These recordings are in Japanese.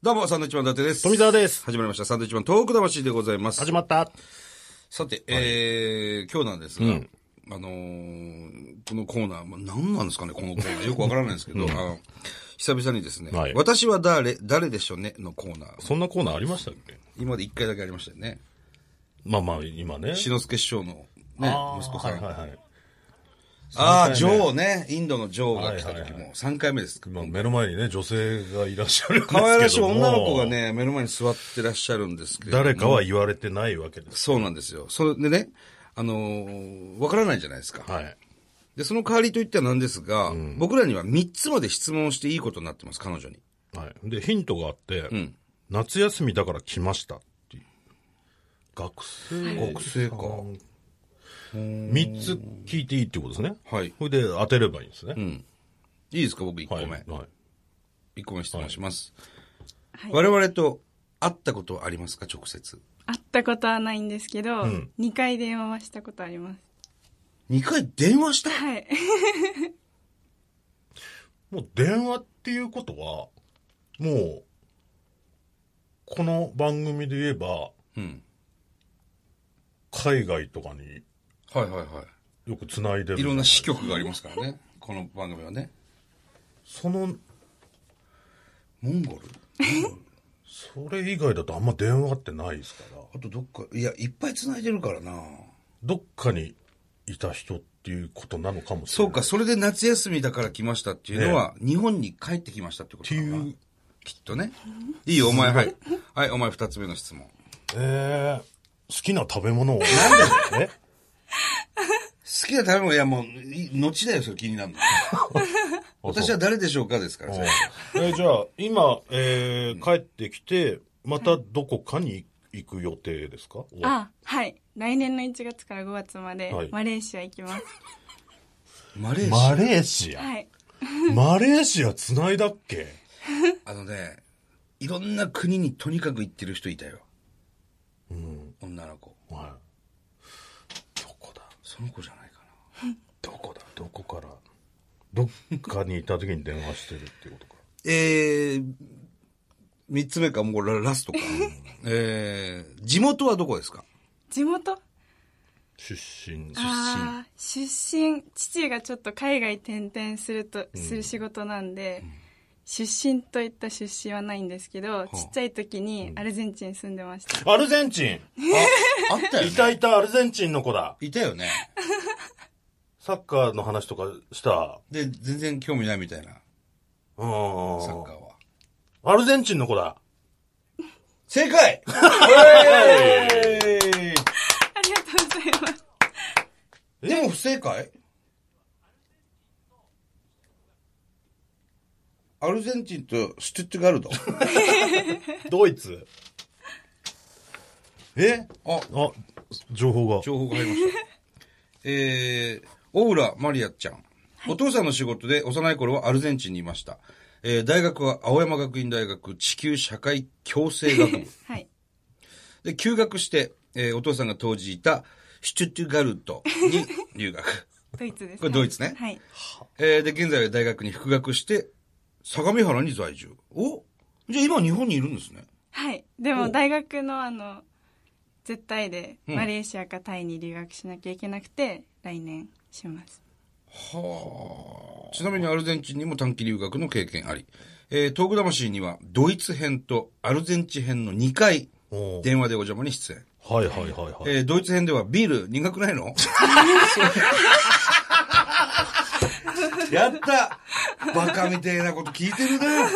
どうも、サンドウィッチマン伊達です。富澤です。始まりました。サンドウィッチマントーク魂でございます。始まった。さて、えー、今日なんですが、あのーこのコーナー、まあ、何なんですかね、このコーナー。よくわからないんですけ ど、あの、久々にですね、はい私は誰、誰でしょうねのコーナー。そんなコーナーありましたっけ今まで一回だけありましたよね。まあまあ、今ね。志の輔師匠のねあ、ー息子さん。はいはいはい。ああ、三ジ回目ョーね、インドのジョーが来た時も、3回目 です。まあ、目の前にね、女性がいらっしゃるんですけ可ども。愛らしい女の子が。ね、目の前に座ってらっしゃるんですけど。誰かは言われてないわけです。そうなんですよ。それでね、あのーわからないじゃないですか。はい。で、その代わりといってはなんですが、僕らには3つまで質問していいことになってます、彼女に。はい。で、ヒントがあって、夏休みだから来ましたっていう。学生。学生か。三つ聞いていいってことですね。はいこれで当てればいいんですね。いいですか、僕1個はい。目。はい。 1個目質問します。はい我々と会ったことはありますか、直接。会ったことはないんですけど、ん二2回電話はしたことあります。 2回電話したはい。もう電話っていうことは、もう、この番組で言えば、うん。海外とかにはいはいはよく繋いでる。い。いろんな支局がありますからね、この番組はね。その、モンゴルそれ以外だとあんま電話ってないですから、あとどっか、いや、いっぱい繋いでるからなどっかにいた人っていうことなのかもしれそうない。か、それで夏休みだから来ましたっていうのは、日本に帰ってきましたってことなのかってないうきっとね。いいよ、お前、はい。はい、お前二つ目の質問。えー、好きな食 べ物を。なんでね。好きな食べ物、いやもう、い後だよ、それ気にな るの。私は誰でしょうかですから、えーじゃあ、今、えー、帰ってきて、またどこかに行く予定ですかあ、はい。来年の1月から5月まで、はいマレーシア行きます。マレーシマア。レーシア。はい。マレーシア繋いだっけあのね、いろんな国にとにかく行ってる人いたよ。女の子。はい。どこだその子じゃないかどこだどこからどっかにいた時に電話してるっていうことか。な。えー、三つ目か、もうララストか。えー、地元はどこですか地元出身。あー出身、父がちょっと海外転々すると、する仕事なんで、出身といった出身はないんですけど、ちっちゃい時にアルゼンチン住んでました。アルゼンチンあったよいね。たいたアルゼンチンの子だ。いたよね。サッカーの話とかした。で、全然興味ないみたいな、うん。サッカーは。アルゼンチンの子だ。正 解ありがとうございます。でも不正解アルゼンチンとストゥットガルド。ドイツ。えあ、あ、情報が。情報が入りました。えー、オーラ・マリアちゃん。お父さんの仕事で幼い頃はアルゼンチンにいました。えー、大学は青山学院大学地球社会共生学 部。はい。で、休学して、えー、お父さんが当時いたシュトゥットガルドに留学。ドイツです、これドイツねはい。えーで、現在は大学に復学して、相模原に在住。おじゃあ今日本にいるんですね。はい。でおも大学のあの、絶対で、マレーシアかタイに留学しなきゃいけなくて、来年します。ちなみにアルゼンチンにも短期留学の経験あり。えー、東北魂にはドイツ編とアルゼンチン編の2回、おう電話でお邪魔に出演。はいはいはいはい。えー、ドイツ編ではビール苦くないの やったバカみてえなこと聞いてるな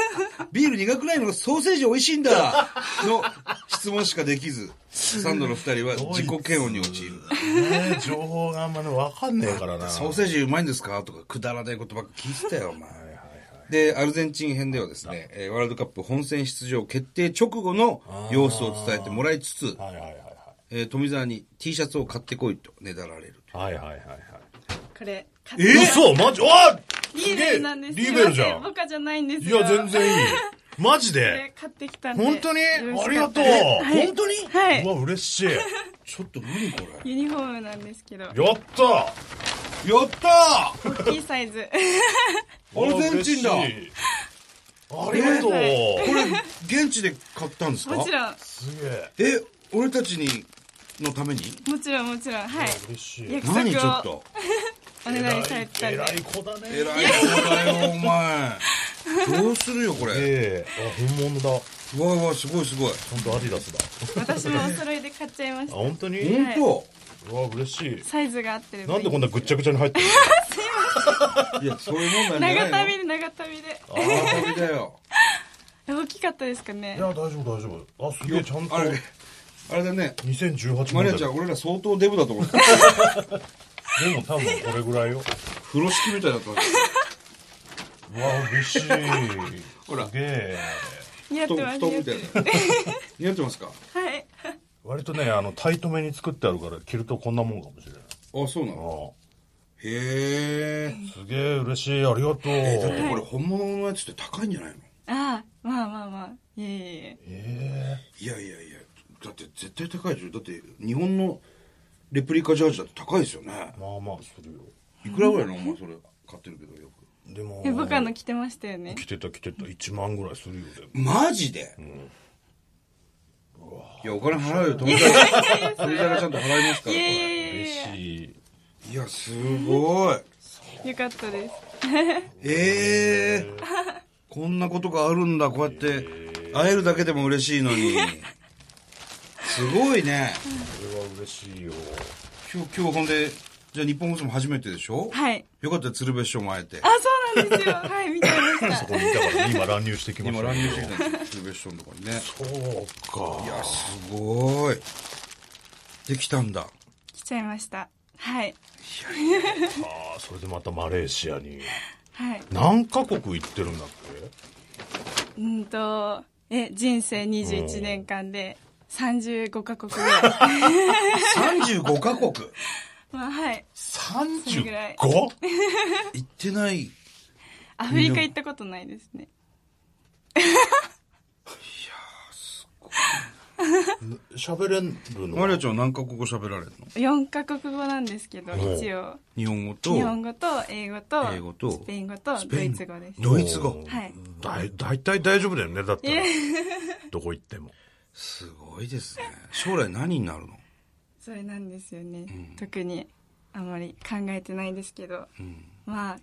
ビール苦くないのソーセージ美味しいんだの質問しかできず、サンドの二人は自己嫌悪に陥る。ね情報があんまりわかんねえからな。ソーセージうまいんですかとか、くだらないことばっか聞いてたよ、お前。で、アルゼンチン編ではですね、えーワールドカップ本戦出場決定直後の様子を伝えてもらいつつ、はいはいはいはい。えー富澤に T シャツを買ってこいとねだられる。はいはいはいはい。これ、買ってえ嘘マジあリーベルなんですリーベルじすゃいませんん。僕じゃないんですいよ。や、全然いい。マ ジこでれ買ってきたんで。本当によろしありかがっとたう、らはい本当にはいうわ、嬉しい。やちょっと何これユニフォームなんですけど、ったやった大きいサイズ。アルゼンチンだうわ嬉しいありがとう。はこれ、現地で買ったんですかもちろんすげえ。え、俺たちに、のためにもちろんもちろんはい嬉しい。約何ちょっ束をと。お願いされてたん偉でい偉い子だね。偉い子だよ、お前。どうするよ、これ。ええあ、本物だ。うわうわ、すごいすごい。本当アディダスだ。私もお揃いで買っちゃいましあ、た本当に本当うわ、嬉しい。サイズが合ってればなんでこんなぐっちゃぐちゃに入ってるいや、そういうもんなんじ長ゃないの旅で長旅で長旅だよ。え大きかったですかねのいや、大丈夫、大丈夫。あ、すげえ、ちゃんと。あれ、あれだね。 2018年マ代リアちゃん、俺ら相当デブだと思ってた。でも多分これぐらいよ。風呂敷みたいだった。うわ、嬉しい。ほらすげえ。似合って布ま団布す似団合っみてたいるな。似合ってますかはい割とね、あの、タイトめに作ってあるから、着るとこんなもんかもしれない。あ、そうなあのあへーすげえ、嬉しい。ありがとう。え。だってこれ本物のやつって高いんじゃないのああまあまあまあいえいえいええいやいやいや、だって絶対高いでしょ。だって日本のレプリカジャージだって高いですよねえ。まあまあするよ。いくらぐらいのお前それ買ってるけどよく。でも、え僕あの着てましたよね着てた着てた、1万ぐらいするよ、でも。マジで、いや、お金払うよ、富澤が。富澤がちゃんと 払いますかいら、こやいれ。やいや嬉いしやい。いや、すご い。よかったですええこんなことがあるんだ、こうやって。会えるだけでも嬉しいのに。すごいね。これは嬉しいよ。今日、今日ほんで、じゃあ日本放送も初めてでしょはいよかったよ鶴瓶師匠も会えてあ。そうなんですよはい見ちゃいましそ たこにいたから、今乱入してきまし今た。乱入してきたんですよ、鶴瓶師匠のとこにね。そうか。いや、すごい。できたんだ。来ちゃいましたはいああ、それでまたマレーシアに。はい何カ国行ってるんだっうんとえ人生21年間で35カ国ぐら い35カ国まあはいそれぐらい ?35? 行ってない。アフリカ行ったことないですね喋れるのマリアちゃんは何カ国語喋られるの4カ国語なんですけどん一応日本語と、日本語と英語と英語とスペイン語とスペドインイツ語ですドイツ語。はいだい大体大丈夫だよねだったらどこ行ってもすごいですね。将来何になるのそれなんですよね、特にあまり考えてないですけど、まあ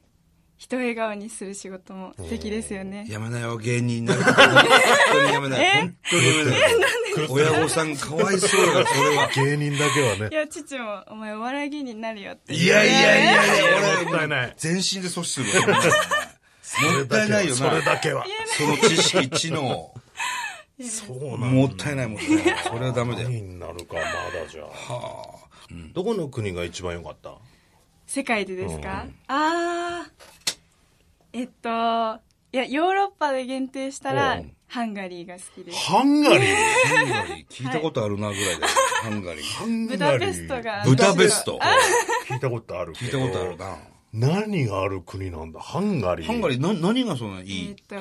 人を笑顔にする仕事も素敵ですよねやめなよ、芸人になる。 本当にやめなえい。本当にやめない。親御さんかわいそうだよ、それは。芸人だけはねいや父も「お前お笑い芸人になるよ」っていやいやいやいや、もったいない全身で阻止するわ。もったいないよそれな。だけはその知識、知能。そうなんもったいない、もったいない。それはダメだよ。何になるかまだじゃあどこの国が一番良かった世界でですか、ああえっといやヨーロッパで限定したら、うんハンガリーが好きですハンガリー ハンガリー聞いたことあるなぐらいだよ、ハン ガリー。ハンブガダリペストーがブダペスト。聞いたことある け聞いどたことあるな。何がある国なんだハンガリーハンガリー、な、何がそんなにいえっいと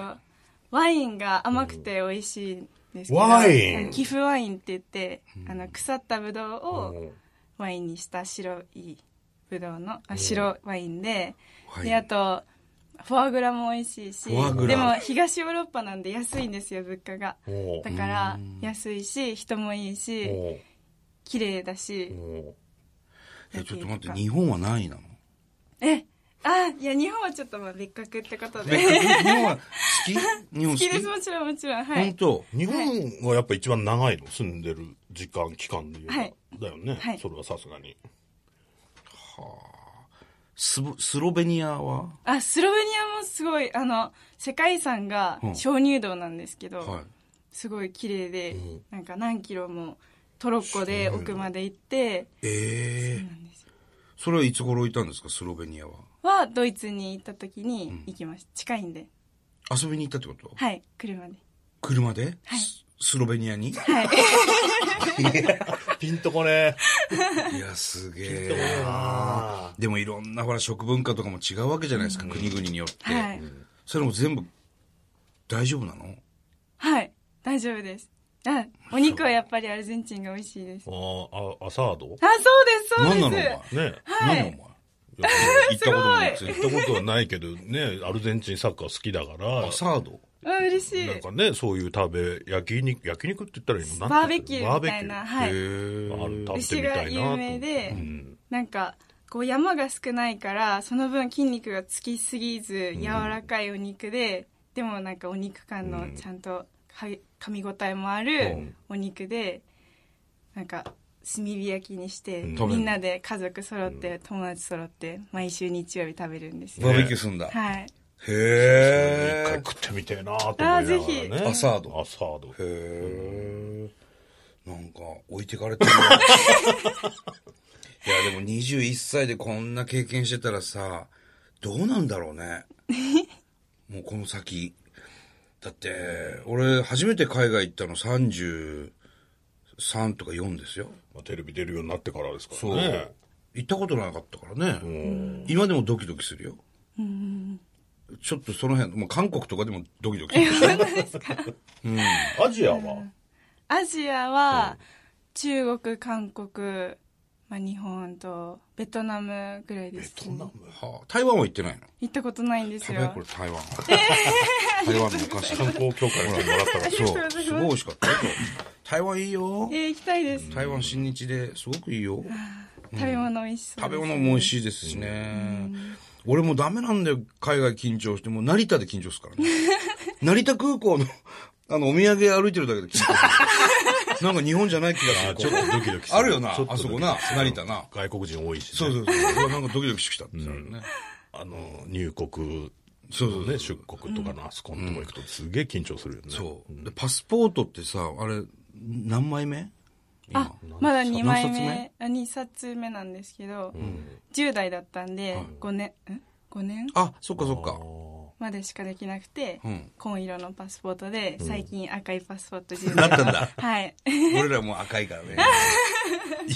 ワインが甘くて美味しいんですけどワインあの貴腐ワインって言って、あの腐ったブドウを、うんワインにした白いぶどうのあ白ワインで,、はいであとフォアグラも美味しいしフォアグラでも東ヨーロッパなんで安いんですよ物価がおうだから安いし人もいいしおう綺麗だしおうえ、ちょっと待って、日本は何位なのえあいや日本はちょっとまあ別格ってこと 別で格日本は好き日本好好ききですもちろんもちろんは本い当日本はやっぱ一番長いの住んでる時間期間で言うとはいだよね、はいそれはさすがにスボスロベニアはあスロベニアもすごいあの世界遺産がうん鍾乳洞なんですけど、はすごい綺麗で、なんか何キロもトロッコで奥まで行ってい。ええそうなんですよそれはいつ頃いたんですか、スロベニアは。はドイツに行った時に行きました、近いんで遊びに行ったってことはい 車で車で、はいススロベニア にはいピンとこねいや、すげえ。ピンとこねええ。なでもいろんなほら食文化とかも違うわけじゃないですか、国々によって。はい、それも全部大丈夫なのはい、大丈夫ですあお肉はやっぱりアルゼンチンが美味しいですああーあ、アサードねそうです何そなのうお前。ですえ。はい何なのいや お前。行ったこともないくせに行ったことはないけどね、アルゼンチンサッカー好きだから、アサードわ嬉しいなんかね、そういう食べ、焼き肉、焼き肉って言ったらいいのバーベキューみたいなはいあるへえ。食べてみたいなと牛が有名でうんなんかこう山が少ないからその分筋肉がつきすぎず柔らかいお肉で、でもなんかお肉感のちゃんとは噛み応えもあうるんお肉でなんか炭火焼きにして、うん食べるみんなで家族揃って、友達揃って毎週日曜日食べるんですよ、バーベキューすんだ。はい一回へえ。食ってみてえなと思いながら、ね。あぜひアサードアサード。へえ。なんか、置いてかれてる ないや、でも21歳でこんな経験してたらさ、どうなんだろう ね。もうこの先。だって、俺、初めて海外行ったの33とか4ですよ。まあ、テレビ出るようになってからですからね。行ったことなかったからね。ん今でもドキドキするよ。ちょっとその辺、もう韓国とかでもドキドキするでしょ。アジアは、アジアは中国韓国、まあ、日本とベトナムぐらいですね、はあ台湾は行ってないの行ったことないんです食べようよこれ台湾。台湾のお菓子。観光協会してもらったかそうら。ありがとうございま、すすごい美味しかったよ。台湾いいよえ。ー行きたいです、台湾新日ですごくいいよ。食べ物美味しそう食ですべ物も美味しいですしね。俺もダメなんだよ、海外緊張して。もう成田で緊張するからね。成田空港の、 あの、お土産歩いてるだけで緊張 する。なんか日本じゃない気 がする。ちょっとドキドキすあるよなちょっとあそこなドキドキする成田な外国人多いし、ね。そうそうそう。なんかドキドキしてきたってなるね。あの、入国、そうそうね、出国とかのあそこのとこ行くとすげえ緊張するよね。そう。でパスポートってさ、あれ、何枚目あまだ2枚何冊目目あ2冊目なんですけど、10代だったんで5年、ん5年あ、そっかそっか。までしかできなくて、うん紺色のパスポートで最近赤いパスポート10なっ代たん だ。はい俺らもう赤いからね。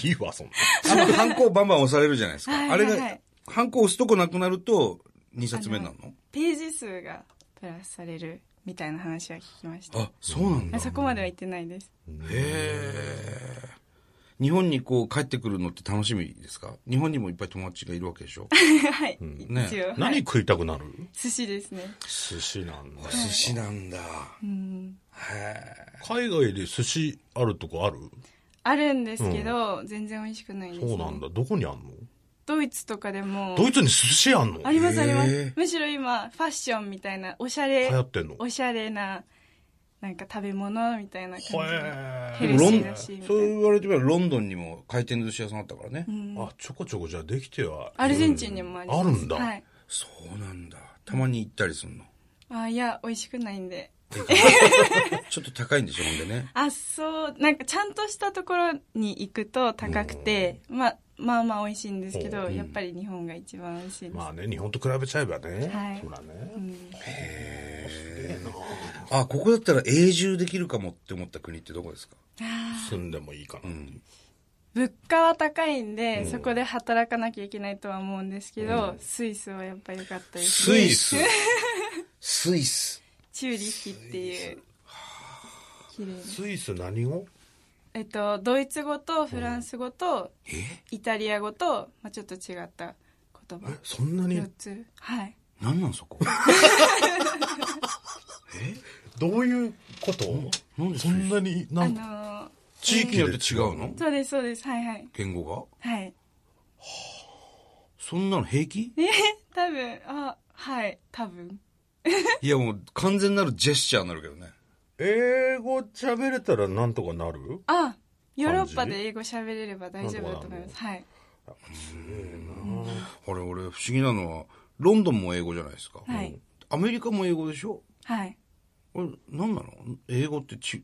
いいわ、そんな。 あの、ハンコバンバン押されるじゃないですはいか。 あはいれはいが、ハンコ押すとこなくなると、2冊目になるのページ数がプラスされるみたいな話は聞きましたあ、そうなんだ。あへそこまでは言ってないです え。日本にこう帰ってくるのって楽しみですか日本にもいっぱい友達がいるわけでしょはい、ね一応、はい何食いたくなる寿司ですね寿司なんだ。寿司なんだ。うんへ海外で寿司あるとこあるあるんですけど、全然美味しくないです、ね、そうなんだ。どこにあんのドイツとかでもドイツに寿司あんのありますありまへすえむしろ今ファッションみたいなおしゃれ流行ってんのおしゃれななんか食べ物みたいな感じへヘえ。でルもロシンーらしいみたそういな言われてみればロンドンにも回転寿司屋さんあったからね。あ、ちょこちょこじゃあできては。アルゼンチンにもありますあるんだはい、そうなんだ。たまに行ったりするの。 あいや美味しくないんでちょっと高いんでしょ、ほんでね。あそうなんかちゃんとしたところに行くと高くて、まあまあまあ美味しいんですけど、やっぱり日本が一番美味しいです、まあね、日本と比べちゃえばね。はいそうだね。あ、ここだったら永住できるかもって思った国ってどこですか住んでもいいかな。物価は高いんで、そこで働かなきゃいけないとは思うんですけど、スイスはやっぱ良かったですスイス。スイス。チューリッヒっていう綺麗なスイス何語えっと、ドイツ語とフランス語とえイタリア語と、まあ、ちょっと違った言葉え、そんなに4、つはいなん なんそこどういうことなんでスイスそんなに、あなのんー地域によって違うのそうですそうですはいはい言語がはいそんなの平気え 多分あはい多分いやもう完全なるジェスチャーになるけどね。英語喋れたらなんとかなるあヨーロッパ感じで英語喋れれば大丈夫だと思いますはいあれ俺不思議なのは、ロンドンも英語じゃないですか。はいアメリカも英語でしょはいあれ、なんなの英語ってち、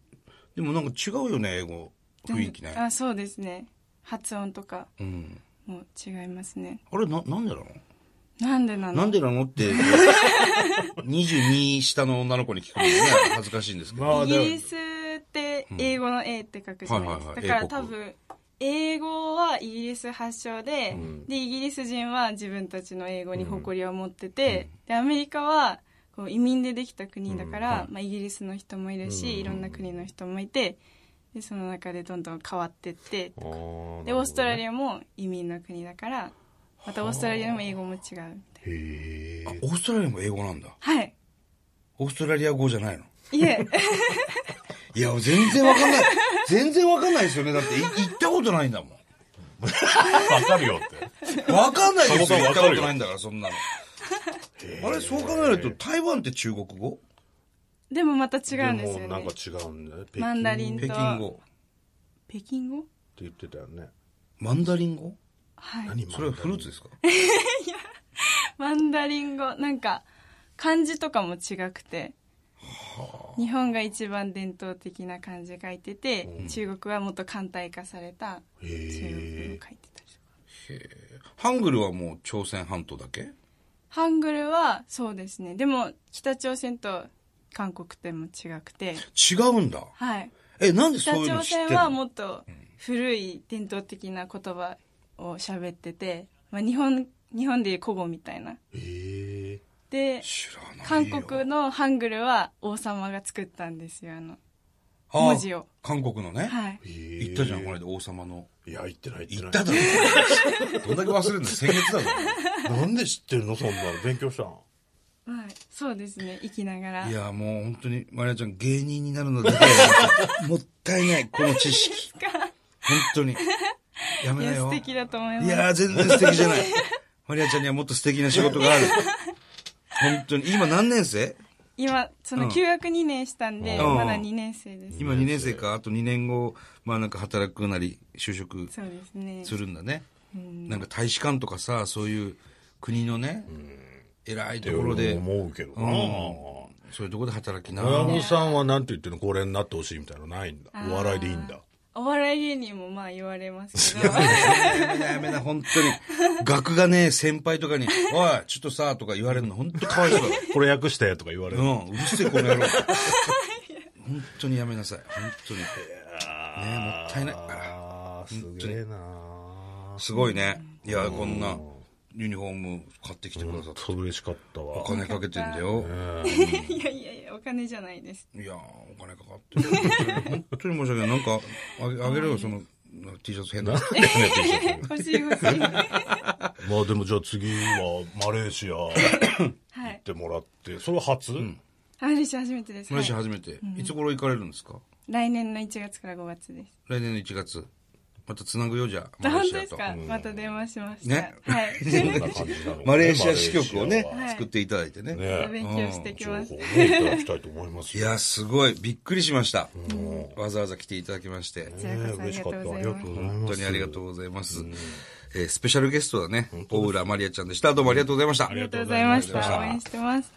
でもなんか違うよね、英語。雰囲気ね。あそうですね発音とかうん。も違いますねあれ、な、なんでなのなんでなのなんでなの って、22下の女の子に聞くのね、恥ずかしいんですけど。まあイギリスって英語の A って書くじゃないでうすんはいか。はいはいだか英ら国多分、英語はイギリス発祥で、で、イギリス人は自分たちの英語に誇りを持ってて、で、アメリカはこう移民でできた国だから、まあ、イギリスの人もいるし、いろんな国の人もいて、で、その中でどんどん変わってって、で、オーストラリア。アも移民の国だから、またオーストラリアでも英語も違うみたいな。へあえ。オーストラリアも英語なんだ。はい。オーストラリア語じゃないの いえいや、全然わかんない。全然わかんないですよね。だって、い行ったことないんだもわかるよ って。ん。わかんないですよ。そ行もったそもわかこるよとないんだから、そんなの。あれ、そう考えると、台湾って中国語でもまた違うんですよもねなんか違うんだよね。北京マンダリンっと北京語北京語て言ってたよね。マンダリン語はい何それはフルーツですかマンダリン語なんか漢字とかも違くて日本が一番伝統的な漢字書いてて、中国はもっと簡体化されたへ中国語を書いてえ。たりとかハングルはもう朝鮮半島だけハングルはそうですねでも北朝鮮と韓国でも違くて違うんだ。はいえ、なんで北そういうの朝知って鮮るはのもっと古い伝統的な言葉を喋ってて、まあ、日本日本でいう古語みたいなへえ。で知らな韓いよ。国のハングルは王様が作ったんですよあのあ文字を韓国のね。はい行ったじゃん、この間、王様の。いや、行ってない行行っっただてなろい。。どんだけ忘れるの先月だぞ。 なんで知ってるのそんなの。勉強したの。はいそうですね生きなが らいや、もう本当に、マリアちゃん芸人になるのだけ は、もったいない、この知識。本当に。やいめやな素よ。敵だと思いまいすやー、全然素敵じゃない。マリアちゃんにはもっと素敵な仕事がある。本当に。今何年生今その休学2年したんで、うんまだ2年生です、今2年生か、あと2年後、まあなんか働くなり、就職そうですねするんだね。なんか大使館とかさ、そういう国のね、偉いところで、思うけどな。そういうところで働きな。親御さんはなんて言ってるのこれになってほしいみたいなのないんだ。お笑いでいいんだ。お笑い芸人もまあ言われますけやどめなやめな、本当に。学がね、先輩とかに、おい、ちょっとさ、とか言われるの、本当かわいそうだ。これ訳してとか言われる。うん、うるせえ、この野郎。本当にやめなさい。本当に。ねもったいない。あああ、すげえなーすごいね。いや、こんな、ユニフォーム買ってきてくださった。そう嬉しかったわ。お金かけてんだよ。いやいやいやお金じゃないですいやー、お金かかってる。本当に申し訳ない。なんか、あげ、あげるよ、その、T シャツ変な。欲しい欲 しいまあでもじゃあ次はマレーシア行はいってもらって、それは初、アメリカ初めてです、マはレーシアい、初めて。いつ頃行かれるんですか来年の1月から5月です来年の1月。また繋ぐよ、じゃあ。マレ本ー当シでアすと。か、また電話しました、ねはい どんな感じなのかねマレーシア支局をねマレーシ、はい作っていただいてね。アはね、勉強してき情報をまねす、いただきたいと思いますいよ。や、すごい。びっくりしました。わざわざ来ていただきまして。こちらこそあり嬉しがかとった。うごあざりいがまとすうございます。本当にありがとうございます。えースペシャルゲストだね。大浦まりあちゃんでした。どうもありがとうございました。ありがとうございましありがとうごた。応ざいま援してます。